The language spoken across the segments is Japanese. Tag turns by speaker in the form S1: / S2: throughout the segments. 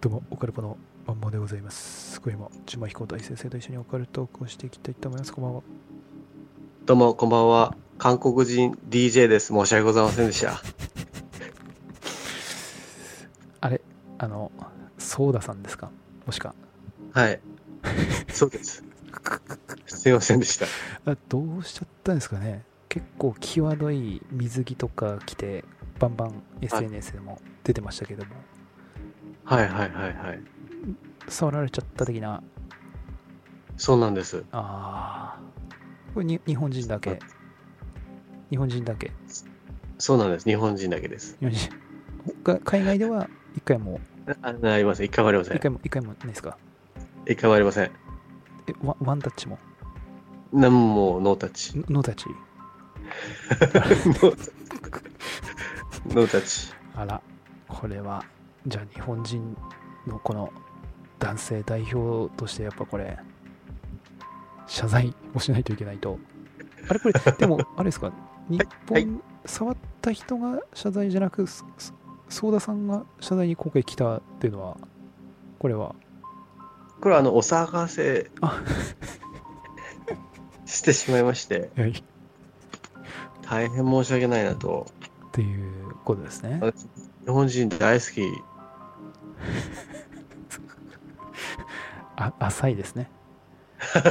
S1: どうも、オカルポのマンモでございます。今夜も、チュマヒコ大先生と一緒にオカルトークをしていきたいと思います。こんばんは。
S2: どうも、こんばんは。韓国人 DJ です。申し訳ございませんでした。
S1: あれ、あの、ソーダさんですかもしか。
S2: はい。そうです。すいませんでした。
S1: あどうしちゃったんですかね結構、際どい水着とか着て、バンバン SNS でも出てましたけども、
S2: はいはいはいはい。
S1: 触られちゃった的な、
S2: そうなんです。
S1: あーこれに、日本人だけ。日本人だけ。
S2: そうなんです。日本人だけです。
S1: 日本人他海外では一回も、
S2: あなりません。一回もありませ
S1: 一
S2: ん。
S1: 回も、一回もないですか
S2: 一回もありません。
S1: え、ワンワンタッチも
S2: なんもノータッチ。
S1: ノノータッチ
S2: ノータッチ。
S1: あら、これは、じゃあ日本人のこの男性代表としてやっぱこれ、謝罪をしないといけないと。あれこれ、 でも、あれですか、日本、
S2: はい
S1: 触った人が謝罪じゃなく、そそ相田さんが謝罪に今回来たっていうのは、これは、
S2: これはあの、お騒がせ
S1: あ
S2: してしまいまして、
S1: はいっ
S2: 大変申し訳ないなと。
S1: ていうことですね。
S2: 私日本人大好き。
S1: あ浅いですね。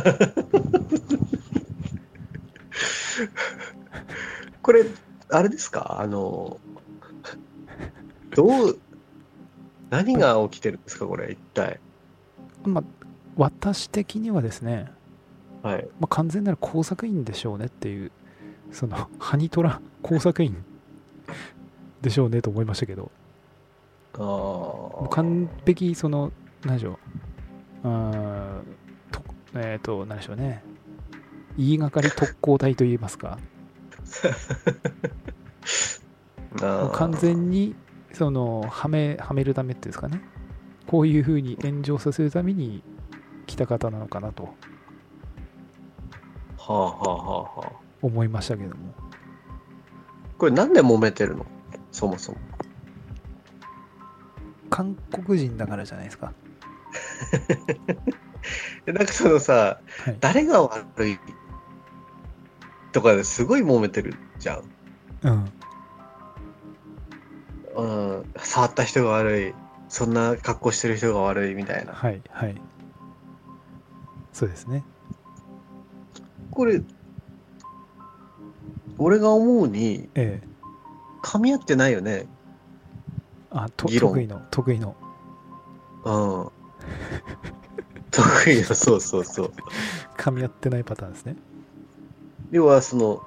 S2: これ、あれですかあの、どう、何が起きてるんですかこれ、一体。
S1: まあ、私的にはですね、
S2: はい。
S1: まあ、完全なる工作員でしょうねっていうそのハニトラ工作員でしょうねと思いましたけど
S2: あ
S1: もう
S2: ー
S1: 完璧その何でしょううーんとえっ、と何でしょうね言いがかり特攻隊といいますかも
S2: あ
S1: う
S2: ー。
S1: 完全にそのはめはめるためっていうんですかねこういうふうに炎上させるために来た方なのかなと
S2: はあはあはあはあ。
S1: 思いましたけども
S2: これ、なんで揉めてるのそもそも。
S1: 韓国人だからじゃないですか、
S2: でなんかそのさ、
S1: はい、
S2: 誰が悪いとかですごい揉めてるじゃん。
S1: うん
S2: うん。触った人が悪い。そんな格好してる人が悪いみたいな。
S1: はいはいそうですね
S2: これ、俺が思うに、
S1: ええ
S2: 噛み合ってないよね。
S1: あと
S2: 議論
S1: 得意の得意の
S2: うん。得意だ、そうそうそう。
S1: 噛み合ってないパターンですね
S2: 要は、その、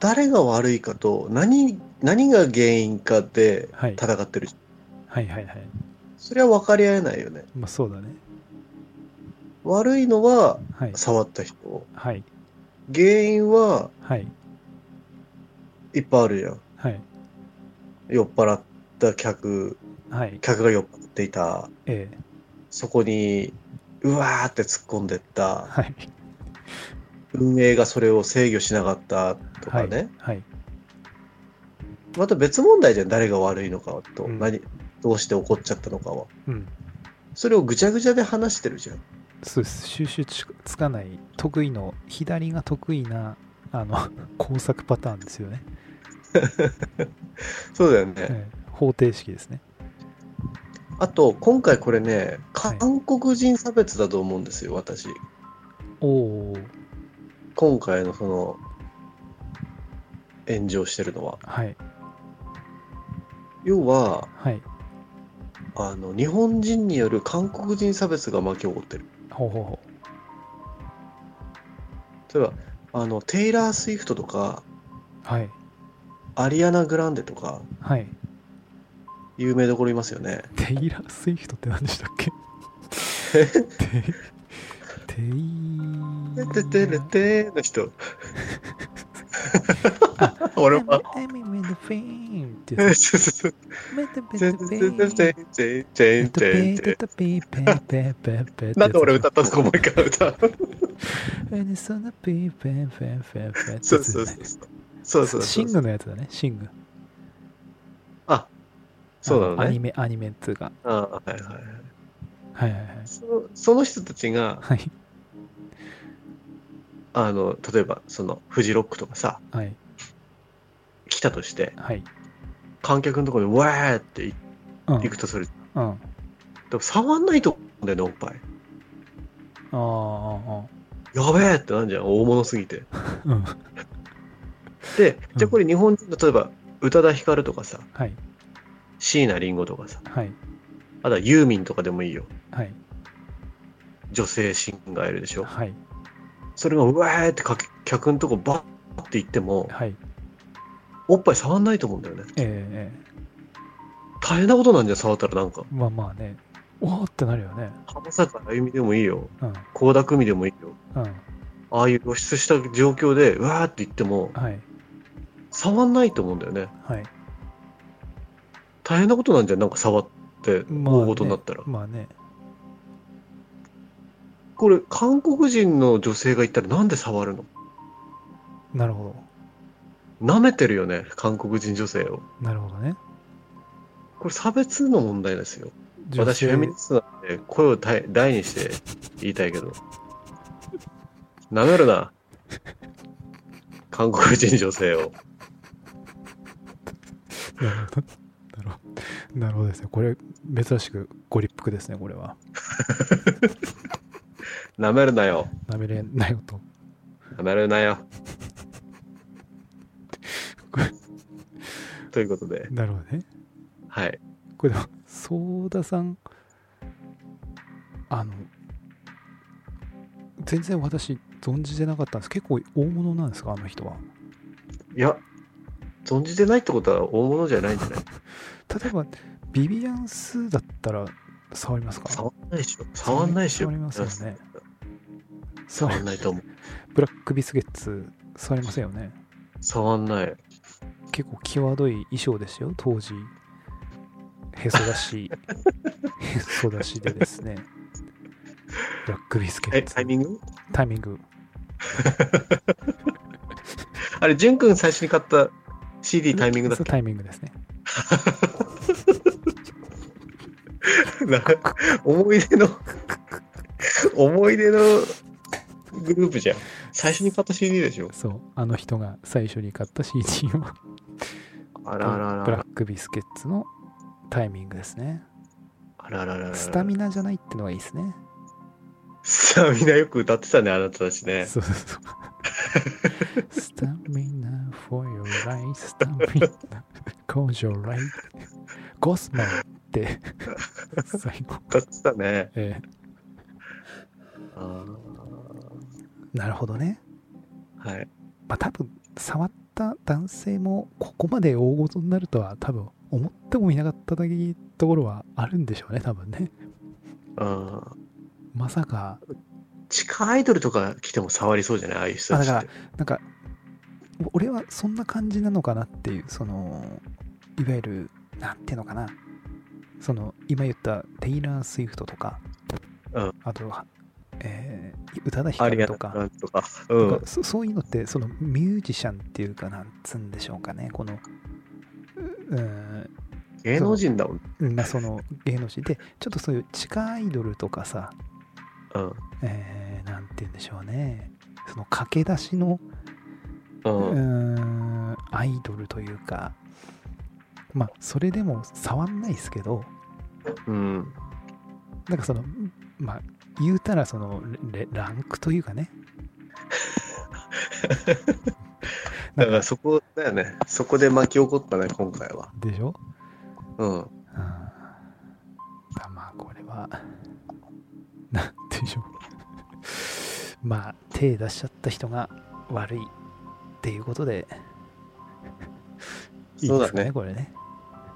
S2: 誰が悪いかと、何、何が原因かで
S1: はい
S2: 戦ってる。
S1: はいはいはい
S2: それは分かり合えないよね。
S1: まあそうだね
S2: 悪いのは、
S1: はい
S2: 触った人。
S1: はい
S2: 原因は、
S1: はい
S2: いっぱいあるじゃん。
S1: はい
S2: 酔っ払った客、
S1: はい
S2: 客が酔っ払っていた。
S1: ええ
S2: そこに、うわーって突っ込んでった。
S1: はい
S2: 運営がそれを制御しなかったと
S1: は
S2: か
S1: い
S2: ね。
S1: はい
S2: また別問題じゃん。誰が悪いのかと、
S1: うん
S2: 何、どうして怒っちゃったのかは。
S1: うん
S2: それをぐちゃぐちゃで話してるじゃん。
S1: そうです収集つつかない得意の左が得意なあの 工作パターンですよね、
S2: そうだよね。
S1: ええ方程式ですね
S2: あと、今回これね、
S1: はい
S2: 韓国人差別だと思うんですよ、私。
S1: おおー
S2: 今回のその、炎上してるのは。
S1: はい
S2: 要は、
S1: はい
S2: あの、日本人による韓国人差別が巻き起こってる。
S1: ほうほうほ
S2: 例えば、あの、テイラー・スウィフトとか、
S1: うはい
S2: アリアナ・グランデとか、
S1: はい
S2: 有名どころいますよね。
S1: テイラー・スイフトって何でしたっけテイテイ
S2: てててれてーの人。俺は。
S1: I'm in the fame ってや
S2: 全然
S1: つ
S2: 全然全然全然全なんで俺歌ったのかもう一回歌う。そうそうそうそう。そうそうそう。
S1: シングのやつだねシング
S2: あ、そうだ
S1: アニ
S2: ね。
S1: メ、アニメっつうか。
S2: ああはいはいはい
S1: はいはいはい。
S2: そ。その人たちが、
S1: はい。
S2: あの、例えば、その、フジロックとかさ、
S1: はい。
S2: 来たとして、
S1: はい。
S2: 観客のところに、わーって
S1: うん。
S2: 行くとする。
S1: うん。あ
S2: でも、触んないと思うんだよね、おっぱい。
S1: あ、あ
S2: やべえってなんじゃん、大物すぎて。
S1: あうん。
S2: で、じゃあこれ日本人の、例えば、宇多田ヒカルとかさ、
S1: はい。
S2: 椎名林檎とかさ、
S1: はい。
S2: あとはユーミンとかでもいいよ。
S1: はい。
S2: 女性シンガーいるでしょ。
S1: はい。
S2: それが、うわーってかけ客のとこバーって行っても、
S1: はい。
S2: おっぱい触んないと思うんだよね。
S1: ええ
S2: 大変なことなんじゃん、触ったらなんか。
S1: まあまあね。おおってなるよね。
S2: 浜坂あゆみでもいいよ。
S1: うん。
S2: 倖田來未でもいいよ。
S1: うん。
S2: ああいう露出した状況で、うわーって言っても、
S1: はい。
S2: 触んないと思うんだよね。
S1: はい。
S2: 大変なことなんじゃん、なんか触って、
S1: まあ
S2: 大事になったら。
S1: まあね。
S2: これ、韓国人の女性が行ったらなんで触るの
S1: なるほ
S2: 舐めてるよね、韓国人女性を。
S1: ど。なるほどね。
S2: これ差別の問題ですよ。
S1: 女
S2: 私、
S1: 性
S2: フェミニストなんで、声を大大にして言いたいけど。舐めるな。韓国人女性を。
S1: なるほど。なるほど。 なるほどですね。これ、珍しくご立腹ですね、これは。
S2: 舐めるなよ。
S1: なめれないよと。
S2: 舐めるなよ
S1: これ。
S2: ということで、
S1: なるほどね。
S2: はい。
S1: これでも、ソーダさん、あの、全然私、存じてなかったんです。結構大物なんですか、あの人は。
S2: いや、存じてないってことは大物じゃないんじゃない
S1: 例えば、ビビアンスだったら、触りますか
S2: 触んないでしょ。触んないでしょ。
S1: 触りますよねそう
S2: 触んないと思う。
S1: ブラックビスケッツ、触りませんよね。
S2: 触んない。
S1: 結構際どい衣装ですよ、当時。へそ出し、へそ出しでですね。ブラックビスケ
S2: え、
S1: ッツ。
S2: タイミング
S1: タイミング。
S2: あれ、ジュン君最初に買った CD タイミングだっ
S1: そうタイミングですね。
S2: けな 思い出の、思い出のグループじゃん。最初に買った CD でしょ。
S1: そう、あの人が最初に買った CD は、
S2: あ
S1: ブ
S2: らあらあら。
S1: ラックビスケッツのタイミングですね。
S2: あらあらあらあら
S1: スタミナじゃないってのがいいですね。
S2: スタミナよく歌ってたね、あなたた ちね。
S1: そうそうそう。スタミナ for your life, スタミナ cause your life, ゴスマンって、最後。
S2: 歌ってたね。
S1: え
S2: あー
S1: ーなるほどね。
S2: はい。
S1: まあ多分、触った男性もここまで大事になるとは多分思ってもいなかっただけところはあるんでしょうね、多分ね。
S2: うん
S1: まさか、
S2: 地下アイドルとか来ても触りそうじゃないああいう人たち
S1: あだ
S2: っ
S1: か
S2: て。
S1: なんか、俺はそんな感じなのかなっていう、その、いわゆる、なんていうのかな、その、今言ったテイラー・スウィフトとか、
S2: うん
S1: あとは、えー、宇多田ヒ
S2: ア
S1: カ
S2: リ
S1: ル
S2: ア
S1: と
S2: と
S1: か、
S2: か。とか。う
S1: なん
S2: ん
S1: か。そそういうのって、そのミュージシャンっていうか、なんつうんでしょうかね、この、ううん
S2: 芸能人だもん。
S1: うん、まあその芸能人で、ちょっとそういう地下アイドルとかさ、
S2: うん。
S1: えー、なんて言うんでしょうね、その駆け出しの
S2: うん。
S1: うーんアイドルというかまあそれでも触んないですけど
S2: うん。
S1: なんかそのまあ言うたらそのレレランクというかねな
S2: だ
S1: ん
S2: からそこだよね。そこで巻き起こったね、今回は。
S1: でしょ、
S2: うん。
S1: うん、あまあこれはなんていうんでしょ うまあ手出しちゃった人が悪いっていうことでいい
S2: そう
S1: で
S2: だ
S1: すかね
S2: ね。
S1: これね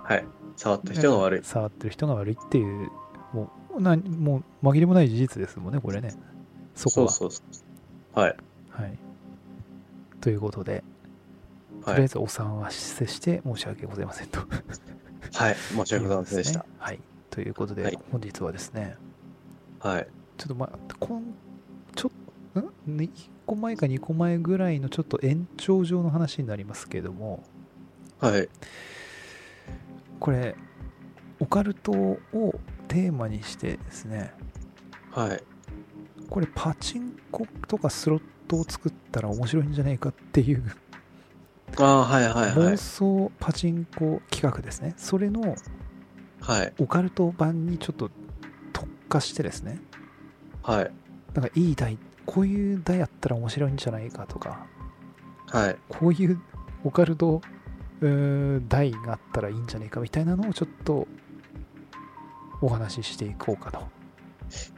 S2: はい。触った人が悪い。
S1: 触ってる人が悪いっていう、もう、なもう紛れもない事実ですもんね、これね。そこ
S2: そう
S1: は。
S2: そうそう。はい。
S1: はい、ということで、とり
S2: は
S1: あえ
S2: い。
S1: ずお産はせして申し訳ございませんと。
S2: はい。申し訳ございませんでした。
S1: はい。ということで、
S2: はい
S1: 本日はですね、
S2: はい。
S1: ちょっとまあ、こんちょっと、1個前か2個前ぐらいのちょっと延長上の話になりますけれども、
S2: はい。
S1: これ、オカルトをテーマにしてですね
S2: はい。
S1: これパチンコとかスロットを作ったら面白いんじゃないかっていう
S2: ああ、はいはいは
S1: 妄
S2: い。
S1: 想パチンコ企画ですねそれの
S2: はい。
S1: オカルト版にちょっと特化してですね
S2: はい。
S1: なんかいい台こういう台やったら面白いんじゃないかとか
S2: はい。
S1: こういうオカルトうー台があったらいいんじゃないかみたいなのをちょっとお話ししていこうかと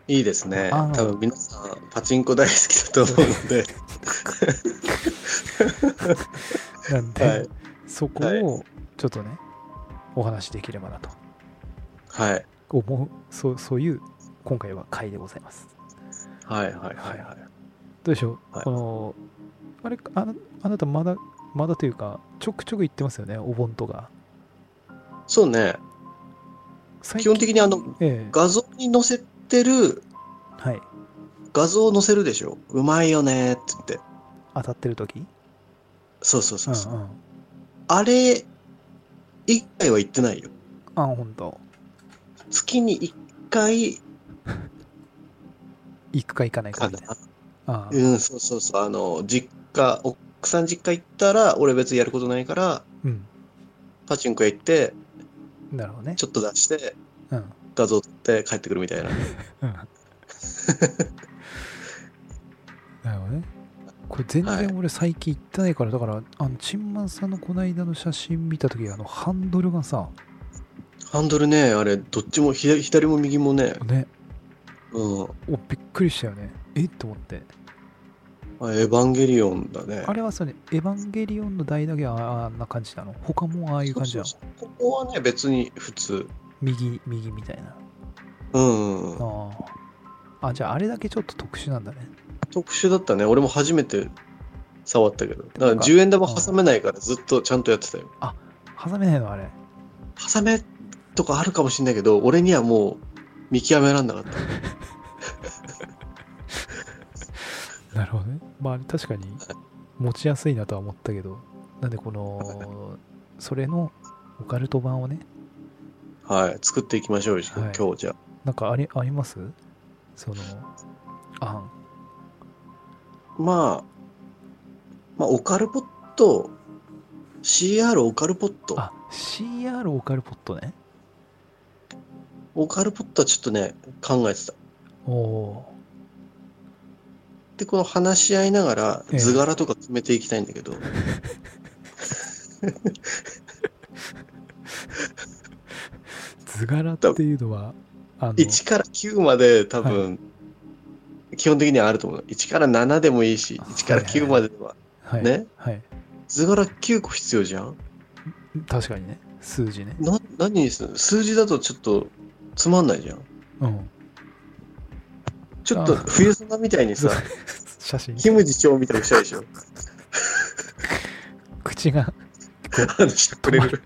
S2: いいですね。
S1: あ
S2: 多
S1: ー
S2: 分皆さん、パチンコ大好きだと思うの で、
S1: なんで、
S2: はい
S1: そこ
S2: はい
S1: をちょっとね、お話しできればなと
S2: はい。
S1: 思うそうそういう今回は回でございます
S2: はいはいはいはい。
S1: どうでしょう、
S2: はい
S1: このあれあなあなたまだまだというかちょくちょく行ってますよねお盆とか
S2: そうね。
S1: 最
S2: 基本的にあの、
S1: ええ
S2: 画像に載せてる、
S1: はい
S2: 画像を載せるでしょ。うまいよねーって言って。
S1: 当たってる時
S2: そうそうそうそう。
S1: うんうん
S2: あれ、一回は行ってないよ。
S1: あ本当
S2: 月に一回
S1: 行くか行かないか
S2: か
S1: みたい
S2: な
S1: な。ああ
S2: うん、そうそうそう。あの、実家、奥さん実家行ったら、俺別にやることないから、
S1: うん
S2: パチンコ屋行って、
S1: なるほどね
S2: ちょっと出して、
S1: うん
S2: 画像撮って帰ってくるみたいな。
S1: うん なるほどねこれ全
S2: はい
S1: 然俺最近行ってないから、だからあのチンマンさんのこの間の写真見た時あのハンドルがさ
S2: ハンドルね、あれ、どっちも左、左も右もね、
S1: ね
S2: うん。あ
S1: おびっくりしたよねえっと思って
S2: エヴァンゲリオンだね。
S1: あれはそれエヴァンゲリオンの台だけはあんな感じなの他もああいう感じなの
S2: そうそうそうここはね、別に普通。
S1: 右右みたいな
S2: うんうんうん、
S1: あああじゃああれだけちょっと特殊なんだね
S2: 特殊だったね。俺も初めて触ったけど。だか
S1: な
S2: ら
S1: んか
S2: 10円玉挟めないからずっとちゃんとやってたよ。
S1: 挟めないのあれ
S2: 挟めとかあるかもしれないけど、俺にはもう見極めらんなかった。
S1: なるほどね。まあ、あれ確かに持ちやすいなとは思ったけど、なんでこの、それのオカルト版をね、
S2: はい、作っていきましょうよ、
S1: はい
S2: 今日じゃ
S1: なんかありありますその、案。
S2: あ。まあ、まあ、オカルポット、CR オカルポット。
S1: あ、CR オカルポットね。
S2: オカルポットはちょっとね、考えてた。
S1: おお
S2: で、この話し合いながら
S1: ええ
S2: 図柄とか決めていきたいんだけど、
S1: ー。図柄っていうのは、あの、
S2: 1から9まで多分、基本的にはあると思う。1から7でもいいし、1から9までは。
S1: はい、
S2: ね
S1: はい。
S2: 図柄9個必要じゃん
S1: 確かにね、数字ね。
S2: な何にする数字だとちょっとつまんないじゃん。
S1: うん。
S2: ちょっと
S1: あ
S2: 冬空みたいに さ、
S1: 写真、
S2: キムジ長みたいにしたいでしょ。
S1: 口が
S2: あのしゃくれる。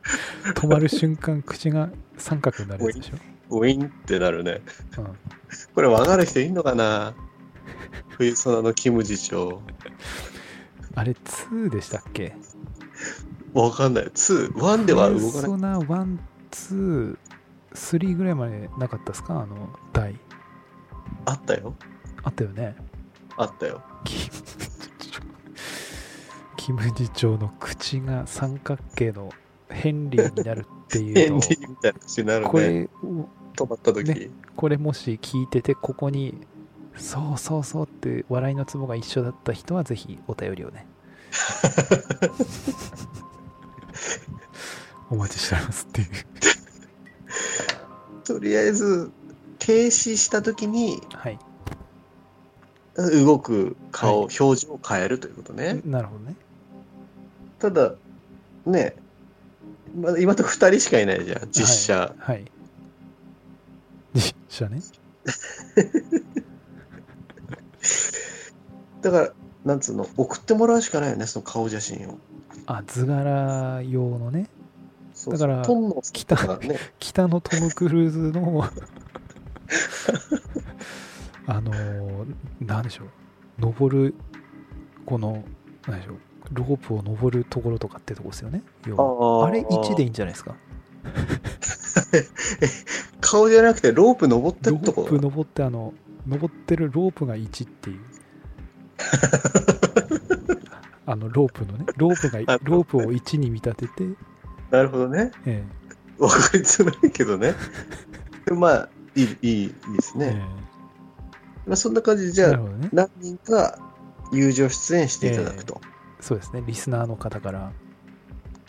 S1: 止まる瞬間、口が三角になるやつで し
S2: ウィンってなるね。
S1: ょ。うん。
S2: これ分かる人いんのかな冬空のキムジ長。
S1: あれ、2でしたっけ
S2: わかんない。2、1では動か
S1: ペル
S2: ない。
S1: ソナ1、2、3ぐらいまでなかったですかあの、台。
S2: あったよ。
S1: あったよね。
S2: あったよ。
S1: キム・ジチョ キム・ジチョウの口が三角形のヘンリーになるってい
S2: ヘ
S1: う
S2: ン
S1: のを
S2: リーみたいな話になる
S1: こ
S2: ね。
S1: れ、
S2: 止まった時、
S1: ねこれもし聞いてて、ここに、そうそうそうって笑いのツボが一緒だった人は、ぜひお便りをね。 お待ちしておりますっていう。
S2: とりあえず、停止した時に
S1: はい。
S2: 動く顔、
S1: は
S2: 表情を変えるということね。
S1: なるほどね。
S2: ただ、ね、まだ今のとこ2人しかいないじゃん、実写。
S1: はい。実写ね。
S2: だから、なんつうの、送ってもらうしかないよね、その顔写真を。
S1: あ、図柄用のね。
S2: そうそう
S1: だから
S2: トンのとかね、
S1: 北のトム・クルーズの、 あのー、なんでしょう。登る、この、なんでしょう。ロープを登るところとかってとこですよね。要は
S2: あ
S1: あ
S2: ー
S1: れ1でいいんじゃないですか。
S2: 顔じゃなくてロープ登って
S1: ロ
S2: ると
S1: ー
S2: こ
S1: プ登ってあの登ってるロープが1って いうあのロープのねロープ
S2: あ
S1: がロープを1に見立てて、
S2: なるほどね
S1: え
S2: わかりづらいけどねでもまあいいいいいいです
S1: え
S2: ね、
S1: え
S2: まあ、そんな感じでじ
S1: え
S2: ゃ
S1: なる
S2: あ
S1: ほどね
S2: 何人か友情出演していただくと、
S1: そうですねリスナーの方から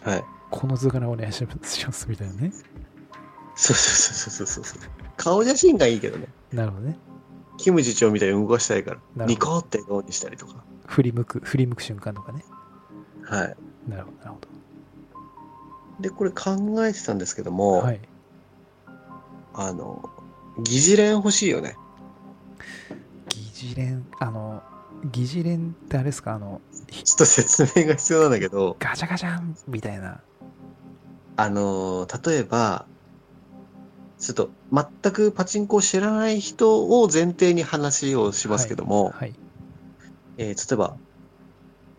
S2: はい
S1: この図柄お願いしますみたいなね
S2: そうそうそうそうそうそう顔写真がいいけどね
S1: なるほどね
S2: キム次長みたいに動かしたいか
S1: な
S2: ら
S1: るほど
S2: ニコって顔にしたりとか
S1: 振り向く振り向く瞬間とかね
S2: はい
S1: なるほどなるほ
S2: でこれ考えてたんですけど
S1: ど
S2: も、
S1: はい
S2: あの疑似恋欲しいよね
S1: 疑似連あの疑似連ってあれですかあのひ
S2: ちょっと説明が必要なんだけど
S1: ガチャガチャンみたいな
S2: あの例えばちょっと全くパチンコを知らない人を前提に話をしますけども、
S1: はい
S2: えー例えば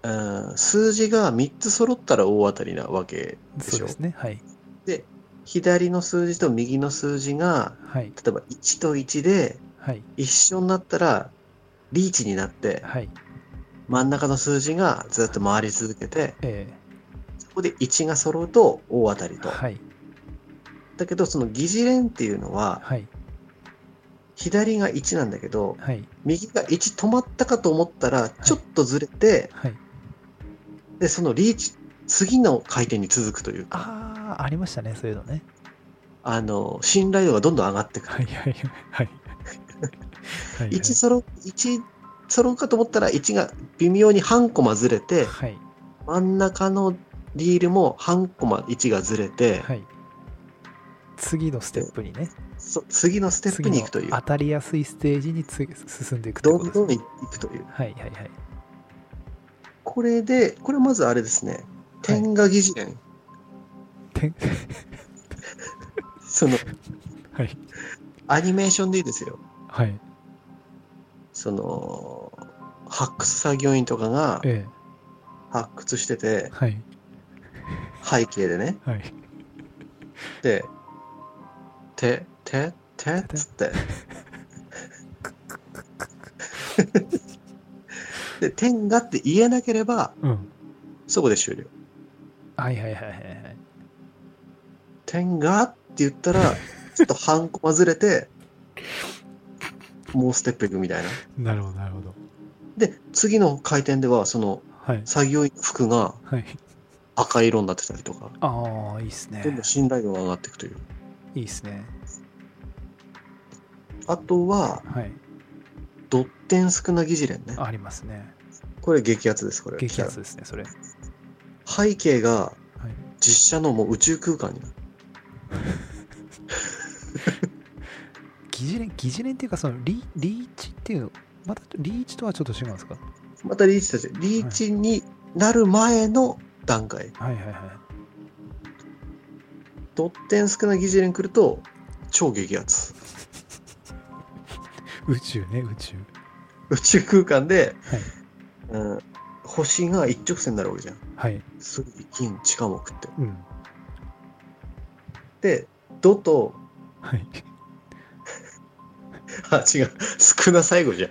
S2: うん数字が3つ揃ったら大当たりなわけで
S1: そう
S2: しょ
S1: ですねはい
S2: で左の数字と右の数字が
S1: はい
S2: 例えば1と1で
S1: はい
S2: 一緒になったらリーチになって
S1: はい
S2: 真ん中の数字がずっと回り続けて
S1: え
S2: そこで1が揃うと大当たり
S1: ー、
S2: と。
S1: はい
S2: だけどその疑似連っていうのは
S1: はい
S2: 左が1なんだけど
S1: はい
S2: 右が1止まったかと思ったらちょっとずれて、
S1: はい
S2: でそのリーチ次の回転に続くというか
S1: ああありましたねそういうのね
S2: あの信頼度がどんどん上がってくる。
S1: はいはいはいはい
S2: 1揃う一揃うかと思ったら1が微妙に半コマずれて
S1: はい
S2: 真ん中のリールも半コマ1がずれて、
S1: はい次のステップにね
S2: そ次のステップに行くとい
S1: 次
S2: う
S1: の当たりやすいステージにつ進んでいくって
S2: ど
S1: こと
S2: ん
S1: です
S2: どん
S1: ね
S2: 行くという
S1: はいはいはい
S2: これでこれまずあれですね点が疑似連、
S1: てん
S2: その
S1: はい
S2: アニメーションでいいですよ
S1: はい
S2: その発掘作業員とかが
S1: え
S2: 発掘してて
S1: えはい
S2: 背景でね
S1: はい
S2: で「ててて」っつってで「天が」って言えなければ
S1: うん
S2: そこで終了
S1: はいはいはいはいはい
S2: 「天が」って言ったらちょっと半コマずれてもうステップいくみたいな
S1: なるほどなるほど
S2: で次の回転ではその
S1: はい
S2: 作業員の服が
S1: はい
S2: 赤色になってたりとか
S1: ああいいっすね
S2: どんどん信頼度が上がっていくという
S1: いいっすね
S2: あとは
S1: はい
S2: ドッテン少な疑似連ね
S1: ありますね
S2: これ激アツですこれ
S1: 激アツですねそれ
S2: 背景が
S1: はい
S2: 実写のもう宇宙空間になる
S1: 疑似連疑似連っていうかそのリリーチっていうのまたリーチとはちょっと違うんですか
S2: またリーチたちリーチになる前の段階、
S1: はいはいはい
S2: ドッテン少な疑似連来ると超激アツ
S1: 宇宙ね宇宙
S2: 宇宙空間で、
S1: はい
S2: うん、星が一直線になるわけじゃん
S1: はい
S2: 水金地下木って
S1: うん
S2: でドと
S1: はい
S2: あ違う少な最後じゃん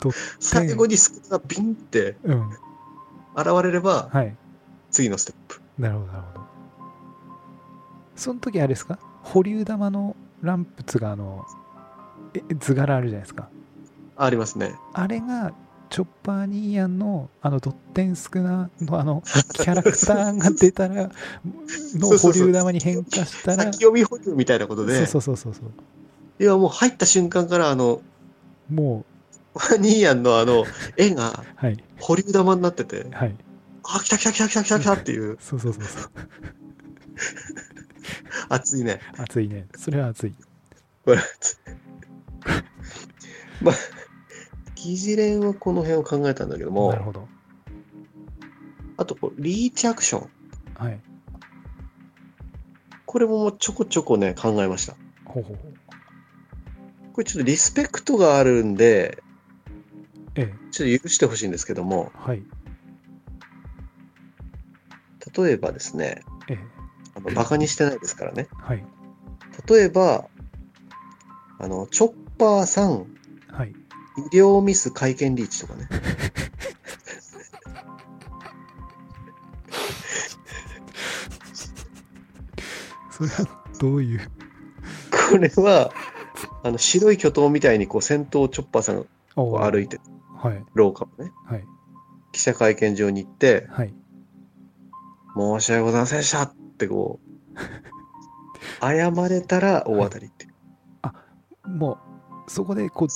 S1: ドッ
S2: 最後に少なビンって
S1: うん
S2: 現れれば
S1: はい
S2: 次のステップ
S1: なるほどなるほどその時あれですか保留玉のランプつがあのえ図柄あるじゃないですか
S2: ありますね
S1: あれがチョッパーニーヤンのあのドッテンスクナのあ のキャラクターが出たら
S2: そ
S1: の
S2: う
S1: 保
S2: そうそう
S1: 留玉に変化したら
S2: 先読み補充みたいなことで
S1: そうそうそうそうそう
S2: 要はもう入った瞬間からあの
S1: も
S2: ワニーヤンのあの絵が
S1: うはい
S2: 保留玉になってて
S1: はい
S2: あ、来た来た来た来た来た来たっていう、
S1: そうそうそうそう
S2: 熱いね。
S1: 熱いねそれは熱い
S2: これ熱い。まあ、疑似連はこの辺を考えたんだけど
S1: なる
S2: も、
S1: ほど
S2: あとこう、リーチアクション。
S1: はい
S2: これももうちょこちょこね、考えました。
S1: ほうほうほう
S2: これちょっとリスペクトがあるんで、
S1: ええ
S2: ちょっと許してほしいんですけども、
S1: はい
S2: 例えばですね、
S1: ええ
S2: あのバカにしてないですからね。
S1: はい
S2: 例えば、あの、チョッパーさん、
S1: はい。
S2: 医療ミス会見リーチとかね。
S1: それはどういう。
S2: これは、あの、白い巨頭みたいに、こう、先頭をチョッパーさんがこ
S1: お
S2: う歩いて、
S1: はい。
S2: 廊下をね、
S1: はい。
S2: 記者会見場に行って、
S1: はい。
S2: 申し訳ございませんでしたってこう、謝れたら大当たりっていう。
S1: もう、そこで、こう、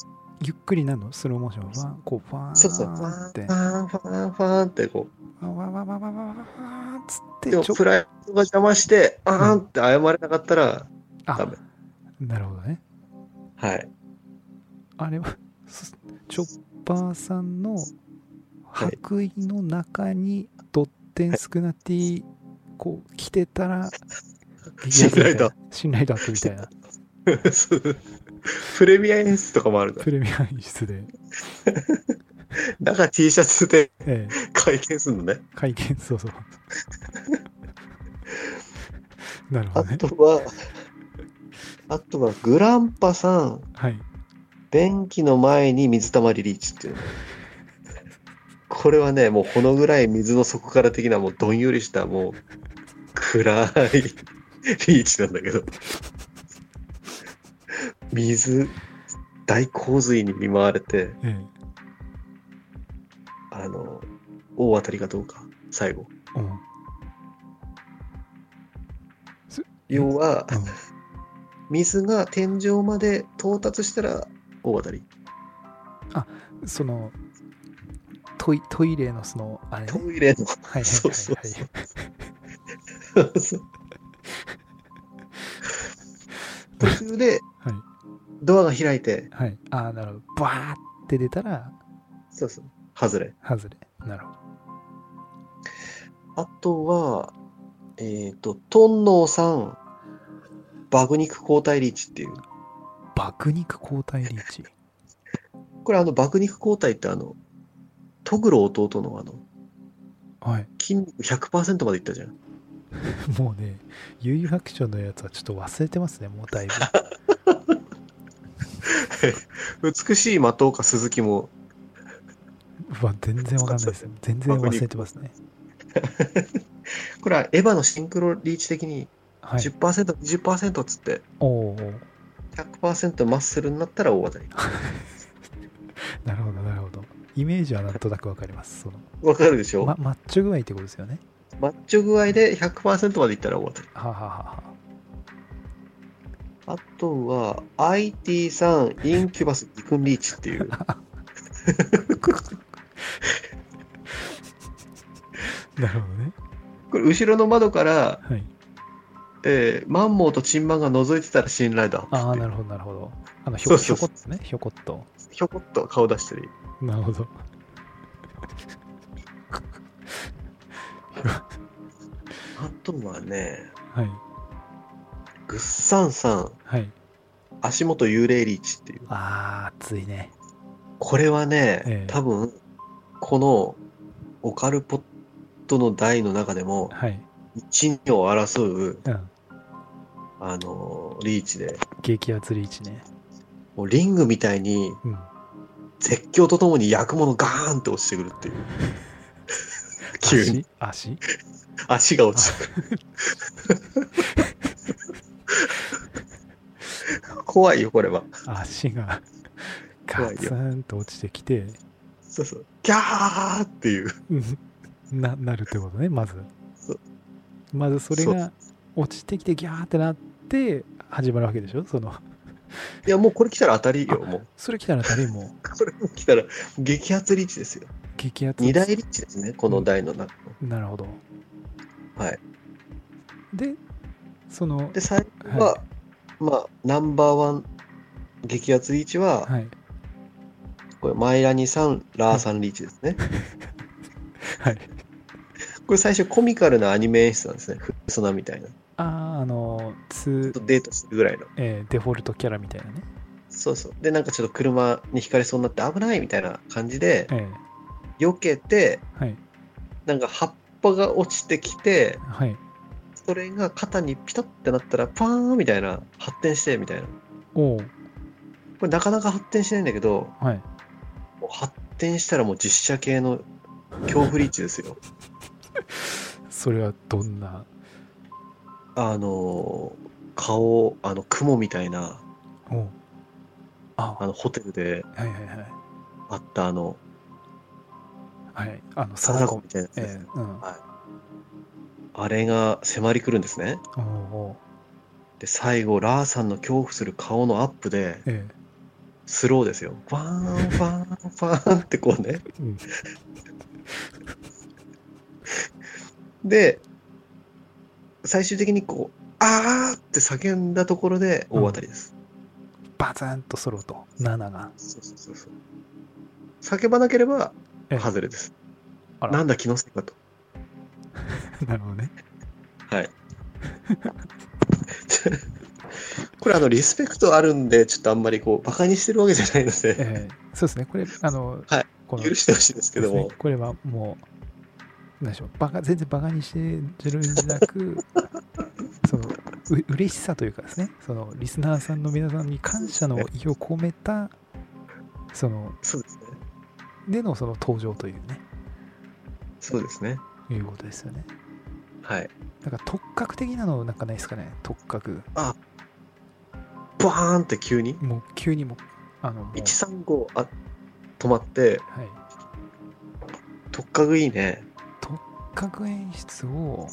S1: ゆっくりなのスローモーション。ファン、こう、ファーンって。
S2: そうそう、ファン、
S1: って
S2: フ。ァン、ファン、ファンってこう、
S1: わわわわわわわわっつって、
S2: でも
S1: ちょ
S2: プライドが邪魔して、あーんって謝れなかったら、ダ
S1: あ
S2: メ、
S1: なるほどね。
S2: はい。
S1: あれは、そチョッパーさんの白衣の中にドッテンスクナティ、こう、着てたら、
S2: 信頼度。
S1: 信頼度アップみたいな。
S2: そうプレミア演出とかもあるから。
S1: プレミア演出で、
S2: だから T シャツで
S1: ええ
S2: 会見するのね。
S1: 会見、そうそう。なるほ
S2: あ
S1: どね。
S2: とは、あとはグランパさん、
S1: はい。
S2: 便器の前に水たまりリーチっていうの。これはね、もうこのぐらい水の底から的な、もうどんよりした、もう暗いリーチなんだけど。水、大洪水に見舞われて、
S1: ええ
S2: あの、大当たりかどうか、最後。
S1: うんす
S2: 要
S1: うん
S2: は、水が天井まで到達したら大当たり。
S1: そのトイトイレのそのあれ、ね
S2: ト、イレの。
S1: はいはいはいはい
S2: そうそうそう途中で
S1: はい
S2: ドアが開いて、
S1: はいああなるほどバーって出たら
S2: そうそう、外れ。
S1: 外れなるほど
S2: あとは、えっ、と、トンノーさん、バグ肉交代リーチっていう。
S1: 爆肉交代リ ーチ
S2: これあの、バグ肉交代ってあの、トグロ弟のあの、
S1: はい
S2: 筋肉100%までいったじゃん。
S1: もうね悠々白書のやつはちょっと忘れてますねもう だいぶ
S2: 美しい的岡鈴木も、
S1: うわ全然わかんないです全然忘れてますね
S2: これはエヴァのシンクロリーチ的に
S1: はい
S2: 10%、20%っつって、
S1: おおー
S2: 100%マッスルになったら大当たり。
S1: なるほどなるほどイメージはなんとなくわかりますその、
S2: わかるでしょ、
S1: ま、マッチョ具合ってことですよね
S2: マッチョ具合で100%までいったら大当たり。
S1: はあはあはあはあ
S2: あとは、IT さん、インキュバス、ギクンリーチって いう。
S1: なるほどね。
S2: これ、後ろの窓から、
S1: はい。
S2: えーマンモウとチンマンが覗いてたら信頼度アップ
S1: ああ、な
S2: って
S1: るほど、なるほど。あの、ひ
S2: そ
S1: ょ
S2: うそ
S1: ひ
S2: うそ
S1: ょ
S2: う
S1: こっとね、ひょこっと。
S2: ひょこっと顔出したり。
S1: なるほど。
S2: あとはね、
S1: はい。
S2: グッサンさん、
S1: はい。
S2: 足元幽霊リーチっていう。
S1: ああ、熱いね。
S2: これはね、
S1: ええ
S2: 多分、このオカルポットの台の中でも、
S1: はい。
S2: 一二を争う、
S1: うん。
S2: あのーリーチで、
S1: 激圧リーチね。
S2: もうリングみたいに
S1: うん。
S2: 絶叫とともに薬物ガーンって落ちてくる っていう。急に
S1: 足足
S2: 足が落ちてくる。 怖いよ、これは。
S1: 足 がガ
S2: 怖いよ
S1: ツンと落ちてきて、
S2: そうそう。ギャーっていう。
S1: うんな、なるってことね、まず
S2: そう。
S1: まずそれ
S2: そ
S1: が落ちてきてギャーってなって始まるわけでしょその、
S2: いや、もうこれ来たら当たりよ、もう。
S1: それ来たら誰 も
S2: これ来たら激アツリーチですよ。
S1: 激圧
S2: 二大リーチですね、この台の中の。
S1: なるほど。
S2: はい。
S1: で、その、
S2: で、最後は、まあ、ナンバーワン激アツリーチは、
S1: はい。
S2: これ、マイラニさん、ラーさんリーチですね。
S1: はい。
S2: これ最初コミカルなアニメ演出なんですね。フルソナみたいな。
S1: ああ、あの、
S2: ちょっ
S1: つ
S2: と、デートするぐらいの。
S1: えーデフォルトキャラみたいなね。
S2: そうそう。で、なんかちょっと車にひかれそうになって危ないみたいな感じで、
S1: え
S2: 避けて、
S1: ーはい。
S2: なんか葉っぱが落ちてきて、
S1: はい。
S2: それが肩にピタってなったら、パーンみたいな、発展して、みたいな。
S1: おう
S2: これなかなか発展しないんだけど、
S1: はい。
S2: もう発展したらもう実写系の恐怖リーチですよ。
S1: それはどんな。
S2: あのー、顔、あの、雲みたいな、
S1: おうあ、
S2: あの、ホテルで
S1: はいはいはい。
S2: あったあの、
S1: はい。あの、
S2: サダコみたいなやつです
S1: え
S2: ね、
S1: えうん。
S2: あれが迫り来るんですね。
S1: おうおう
S2: で、最後、ラーさんの恐怖する顔のアップで、
S1: え
S2: スローですよ。ファーン、ファーン、ファーンってこうね。
S1: えうん。
S2: で、最終的にこう、あーって叫んだところで大当たりです。
S1: バツンと揃うと、7が。
S2: そうそうそうそう。叫ばなければ、
S1: ええ
S2: 外れです。
S1: あら
S2: なんだ、気のせいかと。
S1: なるほどね。
S2: はい。これ、あの、リスペクトあるんで、ちょっとあんまりこう、バカにしてるわけじゃないので、
S1: ええそうですね。これ、あの、
S2: はい
S1: この
S2: 許してほしいですけど
S1: そう
S2: も
S1: ですね、これはもう、なんでしょう、バカ全然バカにしてるんじゃな く、そのう嬉しさというかですね、そのリスナーさんの皆さんに感謝の意を込めた、その、
S2: そうですね。
S1: でのその登場というね、
S2: そうですね。
S1: いうことですよね。
S2: はい。
S1: なんか特格的なのなんかないですかね、特格。
S2: バーンって急に、
S1: もう急にもう、あの、もう
S2: 135、あ、止まって、
S1: はい。
S2: とっかぐいいね。
S1: 特格演出を、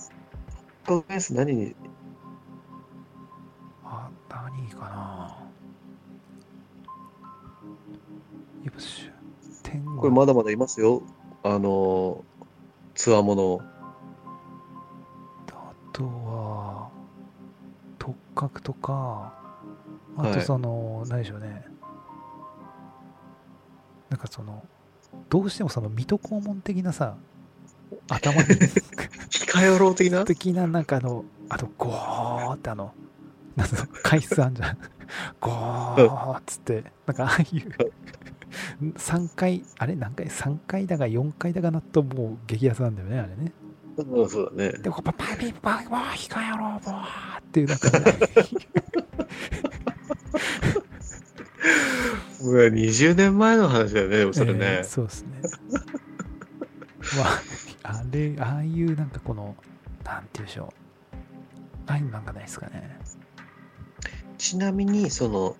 S2: とっかぐやつ何に、
S1: あ、何かなやっぱし、天
S2: これまだまだいますよ。あのー、つわもの。
S1: あとは、特格とか、あ
S2: は
S1: と
S2: い
S1: その、何でしょうね。なんかその、どうしてもその水戸黄門的なさ、頭に
S2: 控え野郎的な
S1: 的ななんかあの、あと、ゴーってあの、なんかその回数あんじゃん。ゴーっつって、なんかああいう、3回、あれ何回 ?3 回だが4回だがなっともう激安なんだよね、あれね。
S2: うん、そうだね。
S1: で、こうパパピパパわー、ひかやろう、ぼーっていう、なんか、
S2: うわ20年前の話だよね、でもそれね。
S1: えー そうですね。まあ、あれ、ああいう、なんかこの、なんて言うでしょう。ああいうのなんかないですかね。
S2: ちなみに、その、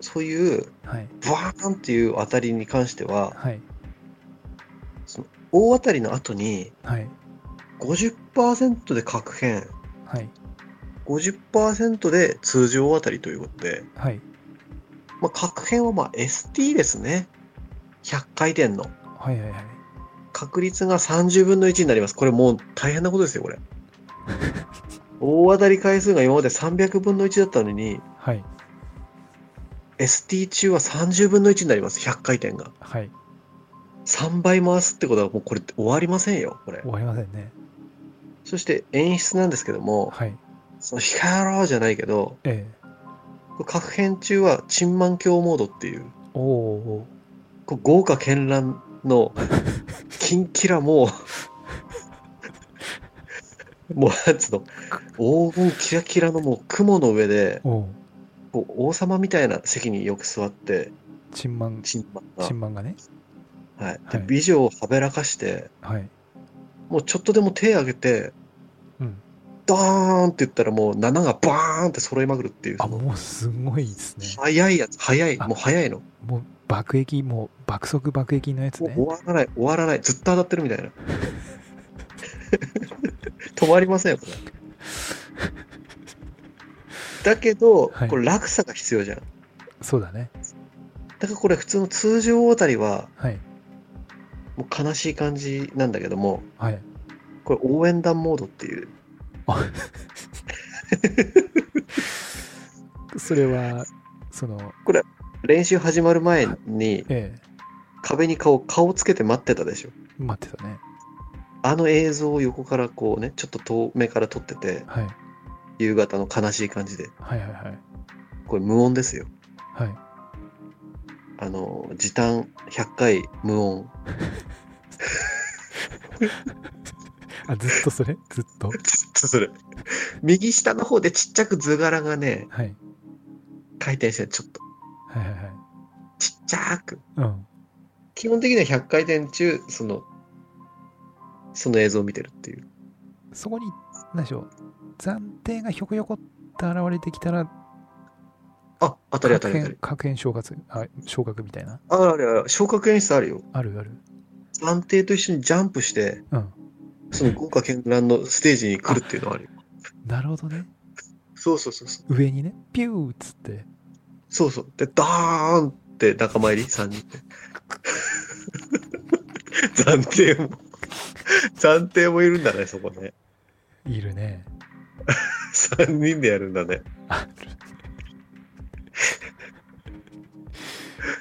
S2: そういう、
S1: はい。
S2: バーンっていう当たりに関しては、
S1: はい。
S2: 大当たりの後に、
S1: はい。
S2: 50%で確変、
S1: はい。
S2: 50%で通常当たりということで、
S1: はい。
S2: まあ、確変はまあ ST ですね。100回転の。
S1: はい。はい。はい。
S2: 確率が30分の1になります。これもう大変なことですよ、これ。大当たり回数が今まで300分の1だったのに、
S1: はい。
S2: ST 中は30分の1になります、100回転が。
S1: はい。
S2: 3倍回すってことはもうこれ終わりませんよ、これ
S1: 終。わりませんね。
S2: そして演出なんですけども、
S1: はい。
S2: その光ろうじゃないけど、
S1: え
S2: これ各編中は、チンマン教モードっていう、
S1: えおお
S2: こう豪華絢爛の、キンキラもう、もうなんつうの、黄金キラキラのもう雲の上で、
S1: おおお
S2: こう王様みたいな席によく座って、
S1: チンマン、チ
S2: チ
S1: ン
S2: ンマン
S1: マンがね。
S2: が。はい。で
S1: はい
S2: 美女をはべらかして、
S1: はい。
S2: もうちょっとでも手挙げて、
S1: うん。
S2: ドーンって言ったらもう7がバーンって揃いまくるっていう、
S1: あ、
S2: その
S1: もうすごいですね。
S2: 早いやつ、早い、
S1: あ
S2: もう早いの。
S1: もう爆撃、もう爆速爆撃のやつ
S2: もう
S1: ね
S2: 終。わらない、終わらない、ずっと当たってるみたいな。 止まりませんよ、これ。だけど
S1: はい、
S2: これ落差が必要じゃん。
S1: そうだね。
S2: だからこれ普通の通常当たりは、
S1: はい。
S2: もう悲しい感じなんだけども、
S1: はい。
S2: これ応援団モードっていう、
S1: それは、その、
S2: 練習始まる前に
S1: え
S2: 壁に顔、顔つけて待ってたでしょ。
S1: え待ってたね。
S2: あの映像を横からこうね、ちょっと遠目から撮ってて、
S1: はい。
S2: 夕方の悲しい感じで。
S1: はいはいはい。
S2: これ無音ですよ。
S1: はい。
S2: あの、時短100回無音。
S1: あ、ずっと それずっと。
S2: ずっとそれ。右下の方でちっちゃく図柄がね、
S1: はい。
S2: 回転してるちょっと、
S1: はいはいはい。
S2: ちっちゃく。
S1: うん。
S2: 基本的には100回転中、その、その映像を見てるっていう。
S1: そこに、何でしょう。暫定がひょこひょこって現れてきたら、
S2: あ、当たり当たり当たり。
S1: 各園昇格、あ昇格みたいな。
S2: あるあるある。昇格演出あるよ。
S1: あるある。
S2: 暫定と一緒にジャンプして、
S1: うん。
S2: その豪華絢爛のステージに来るっていうのはあるよ。
S1: なるほどね。
S2: そうそうそうそう。
S1: 上にね、ピューっつって。
S2: そうそう。で、ダーンって仲間入り3人。 暫定も、 暫定もいるんだね、そこね。
S1: いるね。
S2: 3人でやるんだね。
S1: あるね。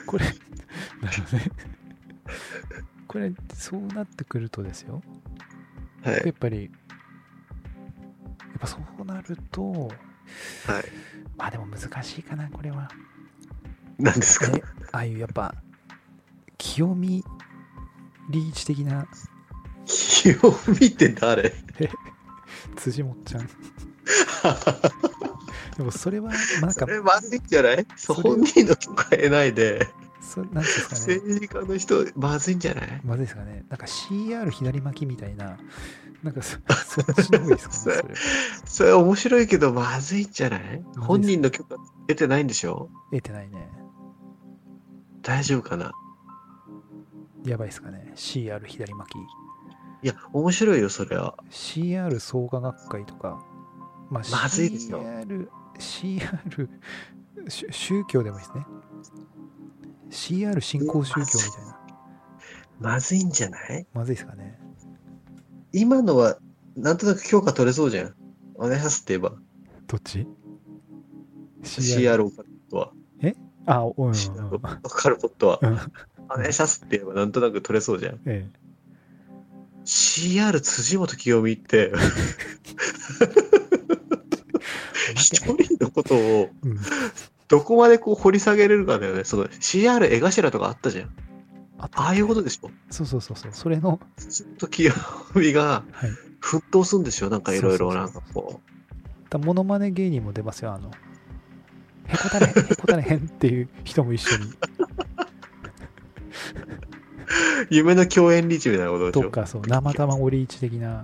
S1: これ、 なるほどね。これ、そうなってくるとですよ。
S2: はい。
S1: やっぱり、やっぱそうなると、
S2: はい。
S1: まあでも難しいかな、これは。
S2: 何ですか
S1: ねああいうやっぱ、清見リーチ的な
S2: 清見って誰
S1: 辻元ちゃん。でもそれは、まあなん
S2: そ
S1: か、
S2: れまずいんじゃない
S1: それ
S2: 本人のと変えないで、
S1: そなんていうんですかね。
S2: 政治家の人、まずいんじゃない
S1: まずいですかね。なんか CR 左巻きみたいな、なんかそそ っちの方がいいですかね。それ
S2: それ面白いけど、まずいんじゃない
S1: か
S2: 本人の許可得てないんでしょ
S1: 得てないね。
S2: 大丈夫かな
S1: やばいですかね。CR 左巻き。
S2: いや、面白いよ、それは。
S1: CR 創価学会とか、まあ、
S2: まずいですよ
S1: CR、CR、し宗教でもいいですね。CR 信仰宗教みたいな。
S2: まずいんじゃない
S1: まずいですかね。
S2: 今のは、なんとなく許可取れそうじゃん。お願いしますって言えば。
S1: どっち
S2: CR オカルポットは。
S1: あ、おうんうん
S2: CR オカルポッ トは。
S1: うん。うん
S2: お願いしますって言えば、なんとなく取れそうじゃん。
S1: ええ
S2: CR 辻元清美って、一人のことを
S1: うん
S2: どこまでこう掘り下げれるかだよね。その CR 江頭とかあったじゃん。
S1: あと
S2: ああいうことでしょ。
S1: そうそうそうそう。それの、
S2: 辻元清美が
S1: はい。
S2: 奮闘するんでしょ。なんかいろいろ
S1: そ
S2: な
S1: うそ
S2: ん
S1: うそ
S2: か
S1: う
S2: こ
S1: だモノマネ芸人も出ますよ、あの。へこたれ、へこたれへんっていう人も一緒に。
S2: う、夢の共演リーチみたいなことでし
S1: と
S2: ょ。
S1: か、そう、生卵リーチ的 な。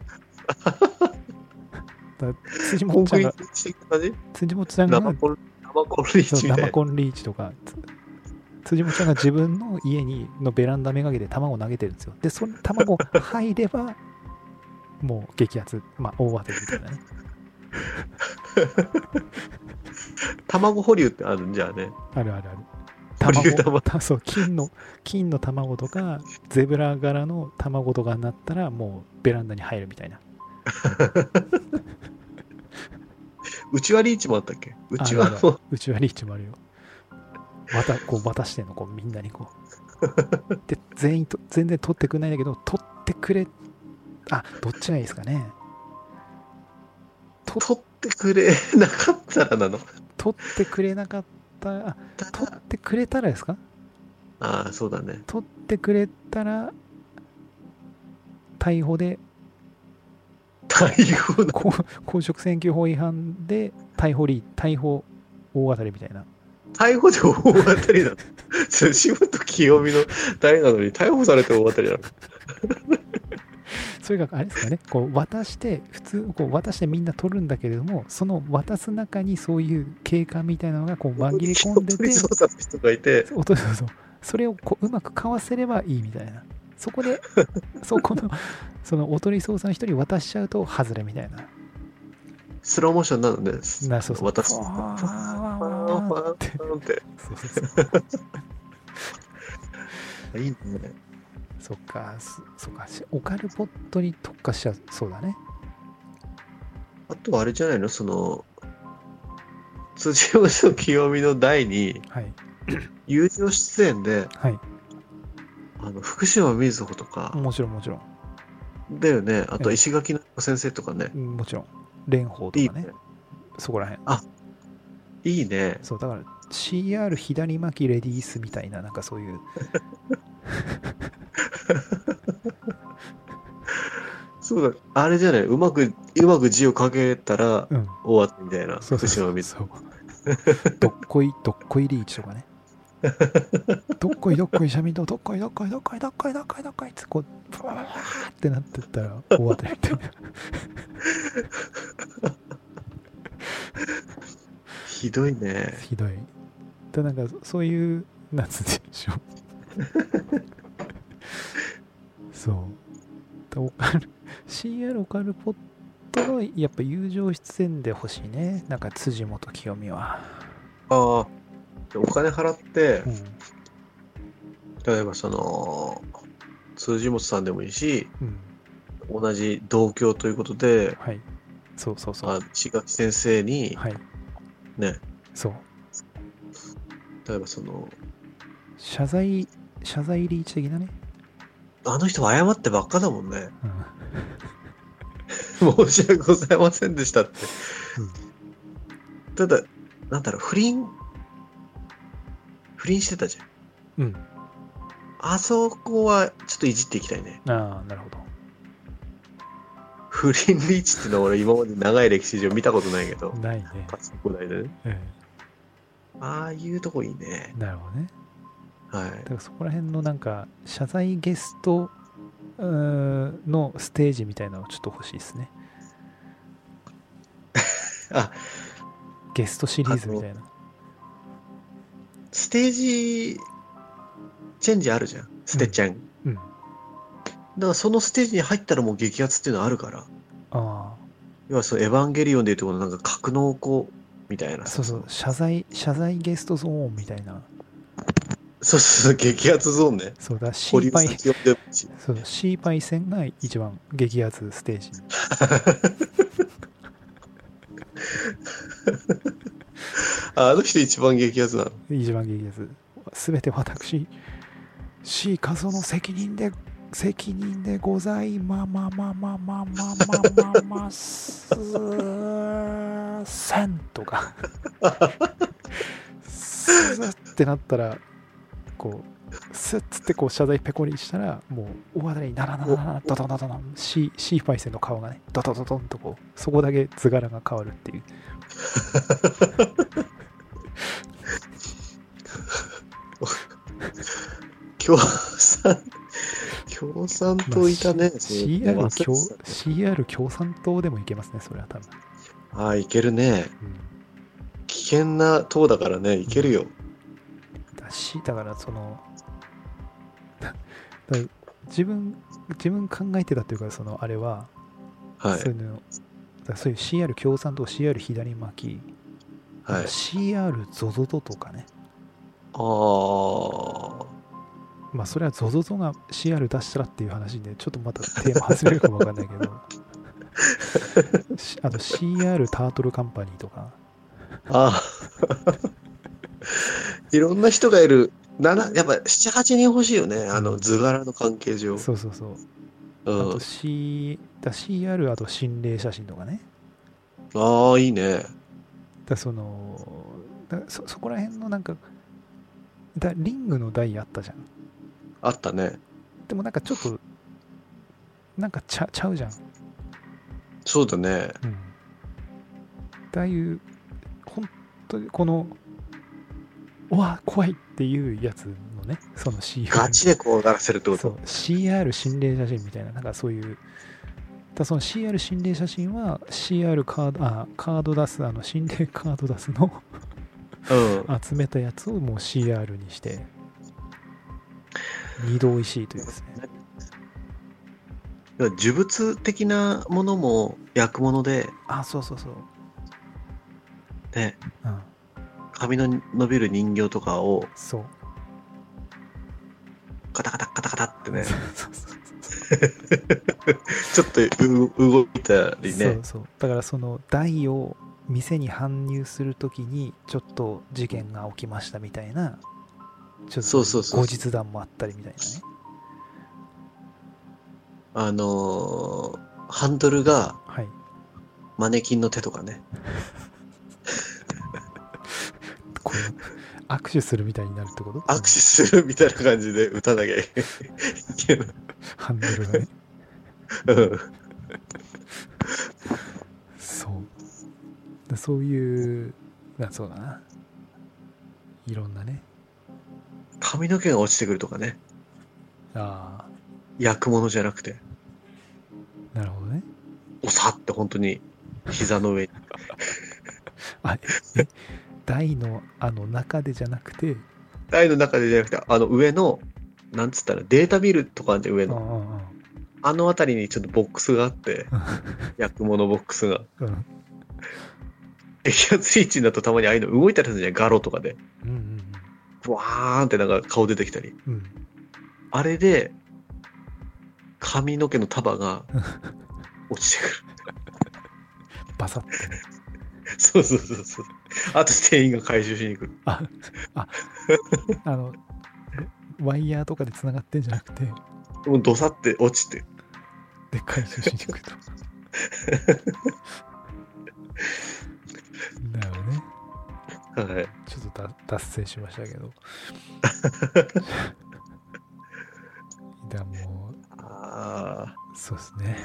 S1: だ辻
S2: コ
S1: 本
S2: ン
S1: ちゃん
S2: クリ
S1: が
S2: ート、リーチ的な感じ
S1: 辻本ちゃんが
S2: 生コン、生コンリー
S1: そう
S2: チみた
S1: 生
S2: い
S1: コンリーチとか、つ辻本ちゃんが自分の家にのベランダめがけて卵投げてるんですよ。で、その卵入れば、もう激アツ、まあ、大当てみたいなね。
S2: な。卵保留ってあるんじゃあね。
S1: あるあるある。
S2: 保留卵
S1: たそう金の金の卵とかゼブラ柄の卵とかになったらもうベランダに入るみたいな
S2: うちわリーチもあったっけうち
S1: あ
S2: わ
S1: るある
S2: も
S1: うちはリーチもあるよ渡こう渡してんのこうみんなにこうで全員と全然取ってくれないんだけど取ってくれあどっちがいいですかねと
S2: 取ってくれなかったらなの。
S1: 取ってくれなかったあ
S2: た
S1: 取
S2: だ
S1: ってくれたらですか
S2: ああ、そうだね。
S1: 取ってくれたら逮捕で
S2: 大砲だ。
S1: 公公職選挙法違反で逮捕リ逮捕大当たりみたいな
S2: 逮捕で大当たりなの。辻元清美の誰なのに逮捕されて大当たりなの。
S1: それがあれですかねこう渡して普通こう渡してみんな取るんだけれどもその渡す中にそういう警官みたいなのがこう紛れ込んでて
S2: 本当に捜査の人がいて、
S1: そうそうそうそれをこううまくかわせればいいみたいなそこでそこの そのおとり捜査の人に渡しちゃうと外れみたいな
S2: スローモーションなのね。
S1: なそうそう
S2: 渡
S1: ふ
S2: す。
S1: わ
S2: パ
S1: ーわーわーわー
S2: ー
S1: っ
S2: ン
S1: て
S2: って。
S1: そうそうそう
S2: いいね。
S1: そっかそそっかしオカルポットに特化しちゃうそうだね
S2: あとはあれじゃないのその、辻元清美の代に、
S1: はい
S2: 友情出演で、
S1: はい
S2: あの、福島みずほとか、
S1: もちろんもちろん
S2: だよね。あと
S1: ええ
S2: 石垣の先生とかね。
S1: うんもちろん蓮舫
S2: いい
S1: とかね
S2: ね。
S1: そこら辺
S2: いいね。
S1: そうだから CR 左巻きレディースみたいななんかそういう
S2: そうそうだ、あれじゃないうまく、うまく字をかけたら
S1: うん。
S2: 終わったみたいな。
S1: そうそう
S2: 後
S1: そ
S2: ろ
S1: う
S2: 見
S1: そう。どっこい、どっこいリーチとかね。どっこいどっこいシャミとどっこいどっこいどっこいどっこいどっこいどっこいってこうブワーってなってったら終わってるみたいな
S2: ひどいね。
S1: ひどいでなんかそういうなんつうんでしょ うそうでオカル CR オカルポットのやっぱ友情出演で欲しいねなんか辻元清美は、
S2: ああ。お金払って
S1: う、ん
S2: 例えばその、辻本さんでもいいし、
S1: うん、
S2: 同じ同郷ということで、
S1: はいそうそうそう
S2: あ志垣先生に、
S1: はい
S2: ね、
S1: そう
S2: 例えばその、
S1: 謝罪謝罪リーチ的なね、
S2: あの人は謝ってばっかだもんね。
S1: うん、
S2: 申し訳ございませんでしたって。ただ、なんだろう、不倫、不倫してたじゃ
S1: う
S2: ん。
S1: ん。
S2: あそこはちょっといじっていきたいね。
S1: ああなるほど
S2: 不倫リーチってのは俺今まで長い歴史上見たことないけど、
S1: ないね、
S2: パチンコ台でね。
S1: え
S2: ああいうとこいいね
S1: え。なるほどね
S2: はい。
S1: だからそこら辺のなんか謝罪ゲストうーんのステージみたいなのちょっと欲しいです ね
S2: あ、
S1: ゲストシリーズみたいな
S2: ステージ、チェンジあるじゃん。ステちゃん。
S1: うん
S2: だからそのステージに入ったらもう激アツっていうのはあるから。
S1: あ
S2: 要はそのエヴァンゲリオンでいうところのなんか格納庫みたいな
S1: あ
S2: さ。
S1: そうそう謝罪謝罪ゲストゾーンみたいな
S2: そうそうそう、激アツゾーンね。
S1: そうだ C
S2: 堀
S1: パ
S2: 内
S1: イ
S2: 先呼んでほしい
S1: そう C パイ戦が一番激アツステージ
S2: ああの人一番激アツなの。
S1: 一番激アツ全て私 C 仮想の責任で責任でございまままままままままますせんとかスッってなったらこうスッつってこう謝罪ペコリしたらもう大当たりにならならなドドドドドン C, C パイセンの顔がねドドドドンとこうそこだけ図柄が変わるっていう
S2: 共産、共産党いたね。そうね
S1: CR
S2: 忘
S1: 共
S2: れて
S1: CR 共産党でもいけますねそれは多分
S2: たああ、いけるね。
S1: うん
S2: 危険な党だからね、いけるよ。
S1: だしだからその だだ自分自分考えてたというかそのあれは、
S2: はい
S1: そう。いうのだからそういう CR 共産党 CR 左巻き、
S2: はい。
S1: CR ゾゾゾとかね
S2: ああ。
S1: まあそれはゾゾゾが CR 出したらっていう話でちょっとまたテーマ外れるかもわかんないけど しあと CR タートルカンパニーとか
S2: あ あ。いろんな人がいる。七やっぱ7、8人欲しいよね。あの図柄の関係上。
S1: そうそうそう
S2: う
S1: あ
S2: ん
S1: と、C だ CR あと心霊写真とかね
S2: ああ、いいね。
S1: だそのだそそこら辺のなんかだリングの台あったじゃん
S2: あったね。
S1: でもなんかちょっとなんかちゃちゃうじゃん、
S2: そうだね。
S1: うん、だあいう本当にこのうわ怖いっていうやつのねその CR
S2: ガチで怖がらせるってこ
S1: そ
S2: と。
S1: う CR 心霊写真みたいななんかそういうだその CR 心霊写真は CR カードあカード出すあの心霊カード出すの
S2: うん。
S1: 集めたやつをもう CR にして二度おいしいというですね
S2: だから呪物的なものも薬物で、
S1: あそうそうそう、
S2: ね、
S1: うん、
S2: 髪の伸びる人形とかを
S1: そう、
S2: カタカタカタカタってね
S1: そうそうそう
S2: ちょっとう動いたり
S1: そ
S2: ね
S1: う。そうだからその台を店に搬入するときにちょっと事件が起きましたみたいなちょっと
S2: そうそうそう
S1: 後日談もあったりみたいなね
S2: あのーハンドルが
S1: はい
S2: マネキンの手とかね。
S1: これ握手するみたいになるってこと
S2: 握手するみたいな感じで打たなきゃいけない。
S1: ハンドルがね
S2: うん
S1: そうだそういうなそうだないろんなね
S2: 髪の毛が落ちてくるとかね。
S1: あ
S2: 薬物じゃなくて、
S1: あなるほどね
S2: おさって本当に膝の上に。
S1: あえ え台のあの中でじゃなくて
S2: 台の中でじゃなくて、あの上の、なんつったらデータ見るとかあんじゃん上
S1: ああ
S2: の。あの辺りにちょっとボックスがあって、薬物ボックスが。
S1: ああ うん
S2: 激アツリーチになるとたまにああいうの動いたりするじゃん、ガロとかで。
S1: うんうん
S2: ブワーンってなんか顔出てきたり。
S1: うんうん
S2: あれで、髪の毛の束が 落ちてく
S1: バサッてね
S2: る。 そうそうそうそう。あと店員が回収しに来る。
S1: あああのワイヤーとかでつながってんじゃなくて
S2: もうどさって落ちて。
S1: で回収しに行 くとだよね
S2: はい。
S1: ちょっとだ脱線しましたけどだもう
S2: ああ。
S1: そうですね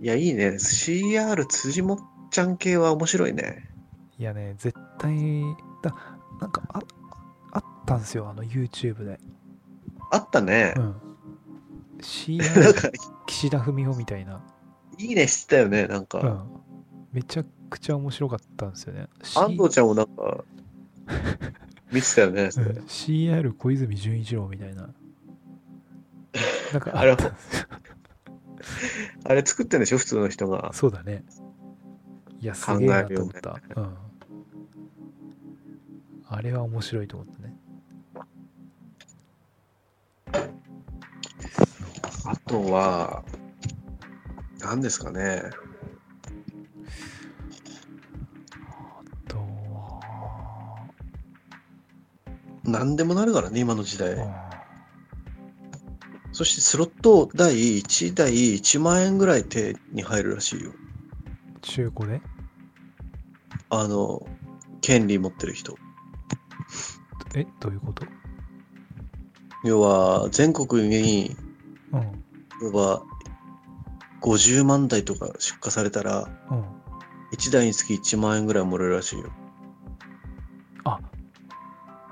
S2: いや、いいね。CR 辻もっちゃん系は面白いね。
S1: いやね絶対だなんかああったんすよあの YouTube で
S2: あったね
S1: う。ん
S2: なん
S1: CR
S2: か、
S1: 岸田文雄みたいない
S2: いねしてたよね。なんか、
S1: うん、めちゃくちゃ面白かったんですよね。C-
S2: 安藤ちゃんもなん か、見てたよね。それ
S1: うん CR 小泉純一郎みたいな。なんか
S2: あれ
S1: あったんですよ
S2: あれ作ってんでしょ普通の人が。
S1: そうだね。いや、すげえな
S2: 考える
S1: と
S2: よ
S1: 思
S2: ね
S1: った。うん。あれは面白いと思ったね。
S2: あとは、何ですかね。
S1: あとは、
S2: 何でもなるからね、今の時代。
S1: あ
S2: そしてスロット台1台1万円ぐらい手に入るらしいよ。
S1: ー中古で
S2: あの、権利持ってる人。
S1: え、どういうこと
S2: 要は、全国に、
S1: うん。う
S2: 要は、50万台とか出荷されたら、
S1: ん。
S2: 1台につき1万円ぐらいもらえるらしいよ。
S1: あ、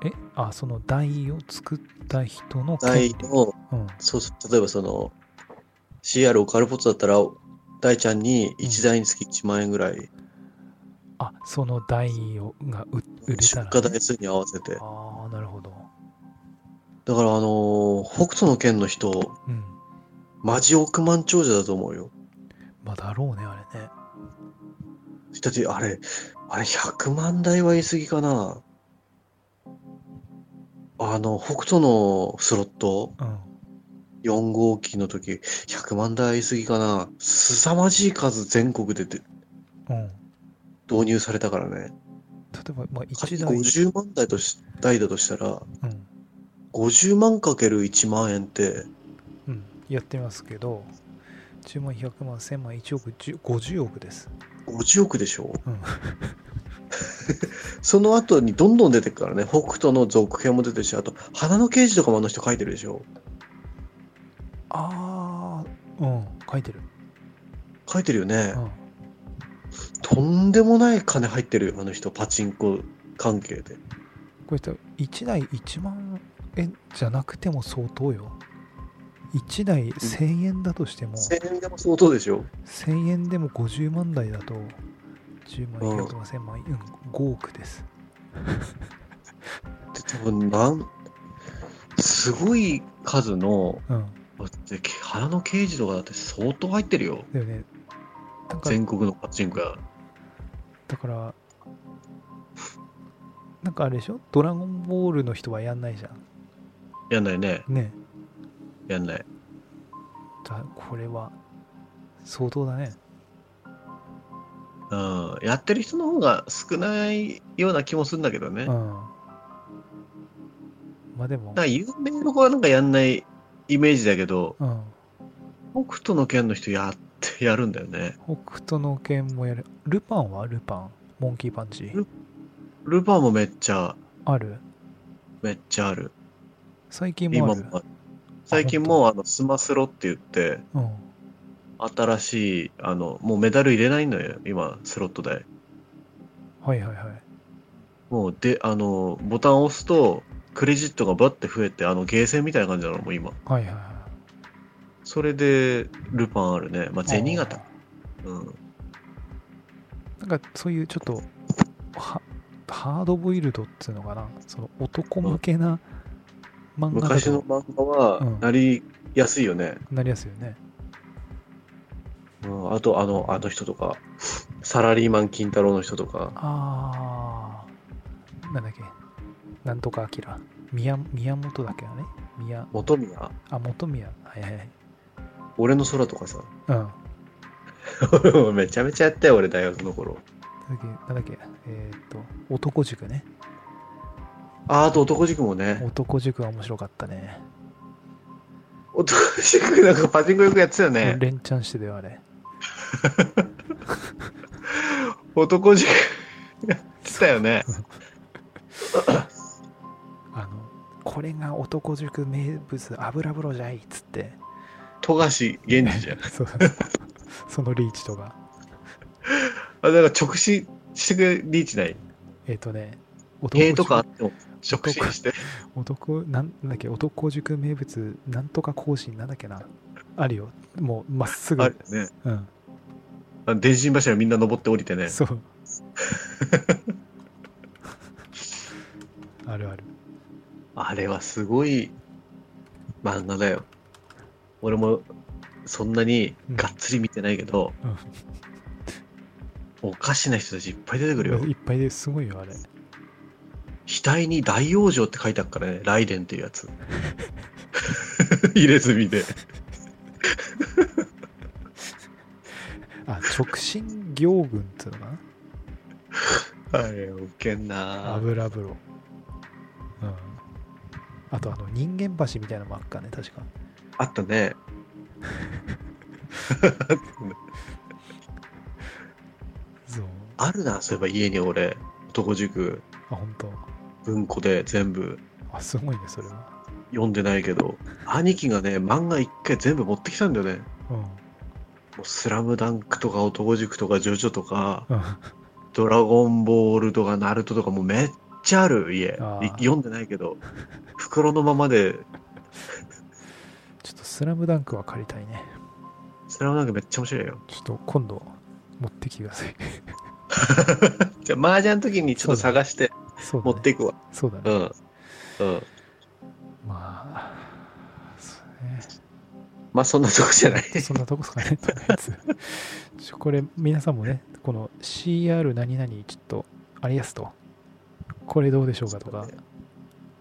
S1: え、あ、その台を作った人の権
S2: 台
S1: 利。
S2: の、
S1: うん。
S2: そうそう、例えばその、CR オカルポッツだったら、大ちゃんに1台につき1万円ぐらい、
S1: あ、その台をが売売れ
S2: 出
S1: たらね、
S2: 荷台数に合わせて。だか
S1: ああ、なるほど。
S2: らあのー北斗の県の人、
S1: うん。
S2: マジ億万長者だと思うよ。
S1: まあ、だろうね、あれね。
S2: だってあれ、あれ100万台は言い過ぎかな。あの、北斗のスロット、
S1: うん。
S2: 4号機の時、100万台は言い過ぎかな。凄まじい数全国でで
S1: うん。
S2: 導入されたからね。
S1: 例えば、まあ、
S2: 仮
S1: 1台。
S2: に50万台とし台だとしたら、
S1: うん。
S2: 50万かける1万円って、
S1: うん。やってますけど、10万、100万、1000万、1億、10 50億です。
S2: 50億でしょ
S1: うん。
S2: その後にどんどん出てくからね。北斗の続編も出てるし、あと、花の刑事とかもあの人書いてるでしょ
S1: ああ、うん。書いてる。
S2: 書いてるよね。
S1: うん。
S2: とんでもない金入ってるよ、あの人、パチンコ関係で。
S1: これ多分、1台1万円じゃなくても相当よ。1台1000円だとしても、
S2: 1000円でも相当でしょ。
S1: 1000円でも50万台だと10万
S2: うん
S1: 100万1000万、うん、5億です
S2: で、多分なん、すごい数の、
S1: うん
S2: だって、花の刑事とかだって相当入ってるよ。
S1: だよねだから
S2: 全国のパチンコ屋。
S1: だからなんかあれでしょドラゴンボールの人はやんないじゃん
S2: やんないね。
S1: ね
S2: やんない。
S1: だこれは相当だね
S2: うん。やってる人の方が少ないような気もするんだけど
S1: う
S2: ね。
S1: ん
S2: だか
S1: まあでも
S2: ら有名の子はなんかやんないイメージだけど、
S1: うん
S2: 北斗の剣の人やって、やるんだよね。
S1: 北斗の拳もやるルパンはルパンモンキーパンチ
S2: ルルパンもめっちゃ、
S1: ある
S2: めっちゃある。
S1: 最近も
S2: 今
S1: ある
S2: もある最近もうあのスマスロって言って
S1: うん
S2: 新しい、あの、もうメダル入れないのよ、今、スロットで。
S1: はいはいはい。
S2: もう、で、あの、ボタンを押すと、クレジットがバッて増えて、あの、ゲーセンみたいな感じなの、もう今。
S1: はいはいは
S2: それで、ルパンあるね。まあ、
S1: い。
S2: 銭形
S1: あ。
S2: うん。
S1: ーなんかそういうちょっと、はハードボイルドっていうのかな、その男向けな漫画だ
S2: 昔の
S1: と
S2: 漫画は
S1: うん、
S2: なりやすいよね。
S1: なりやすいよね。
S2: うん。あと、あの、あの人とか、サラリーマン金太郎の人とか、
S1: ああ、なんだっけ、なんとか明、宮宮本だっけだね。宮、
S2: 元宮、
S1: あ、元宮、はいはいはい。
S2: 俺の空とかさ。
S1: うん。
S2: めちゃめちゃやったよ、俺、大学の頃。
S1: だっけなんだっけ、えーっと、男塾ね。
S2: あ、あと男塾もね。
S1: 男塾は面白かったね。
S2: 男塾なんかパチンコよくやってたよね。
S1: 連チャンしてたよ、あれ。
S2: 男塾やってたよね。
S1: あの、これが男塾名物、油風呂じゃいっつって。
S2: 富樫源氏じゃん。
S1: そうそのリーチとか。
S2: あ、だから直進してくれるリーチない。
S1: えーっ、とね、男
S2: 塀とかあっ
S1: 塾、
S2: ても直進して。
S1: 男、なんなんだっけ、男塾名物、なんとか講師なんだっけな。あるよ。もう、まっすぐ。
S2: あるよね。
S1: うん。
S2: あの電信柱みんな登って降りてね。
S1: そう。あるある。
S2: あれはすごい漫画だよ。俺もそんなにがっつり見てないけど、
S1: うん
S2: おかしな人たちいっぱい出てくるよ
S1: い。っぱいですごいよ、あれ。
S2: 額に大往生って書いてあるからね、雷電っていうや つ。入れ墨で。
S1: あ、直進行軍っていうのか
S2: あれ、ウケん
S1: な
S2: な
S1: 油風呂。うん。あと、あの、人間橋みたいなのもあっかね、確か。
S2: あったね。
S1: そう。
S2: あるな、そういえば家に俺、男塾、
S1: あ、本当。
S2: 文庫で全部
S1: あ、すごいね、それは。
S2: 読んでないけど、兄貴がね、漫画一回全部持ってきたんだよね。
S1: うん。
S2: もうスラムダンクとか男塾とかジョジョとか、
S1: うん。
S2: ドラゴンボールとかナルトとかもうめっちゃある家。い
S1: あー
S2: 読んでないけど、袋のままで、
S1: ちょっと、スラムダンクは借りたいね。
S2: スラムダンクめっちゃ面白いよ。
S1: ちょっと、今度、持ってきてください。
S2: じゃあ、麻雀の時にちょっと探して
S1: そうだ
S2: 持
S1: ね。
S2: っていくわ。
S1: そうだ
S2: う
S1: ね。
S2: ん。うん。
S1: まあ、そうね。
S2: まあ、そんなとこじゃない。
S1: そんなとこですかね、とりあえず。ちょこれ、皆さんもね、この CR 何々、ちょっと、ありやすと、これどうでしょうかとか、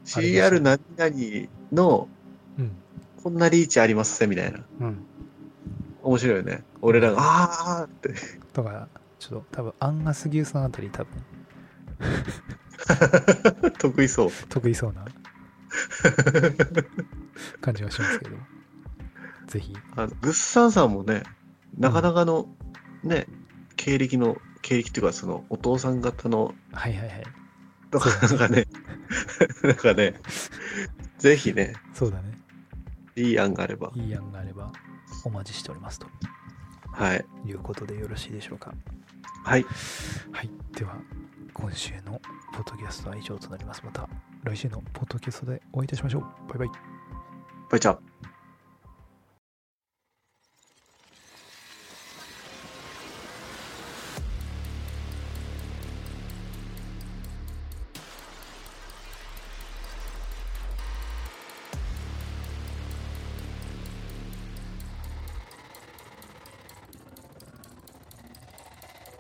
S2: CR 何々の
S1: うん、
S2: こんなリーチありますねみたいな。
S1: うん、
S2: 面白いよね。俺らが、あーって。
S1: とか、ちょっと、多分アンガス牛さんあたり、多分
S2: 得意そう。
S1: 得意そうな感じがしますけど、ぜひ、
S2: あのグッサンさんもね、なかなかの、ね、経歴の、経歴っていうか、その、お父さん方の、
S1: はいはいはい、
S2: なんかなんかね、 なんかね、ぜひね、
S1: そうだね、
S2: いい案があれば。
S1: いい案があれば、お待ちしておりますと
S2: はい。
S1: いうことでよろしいでしょうか。
S2: はい。
S1: はい、では今週のポッドキャストは以上となります。また来週のポッドキャストでお会いいたしましょう。バイバイ。
S2: バイチャー。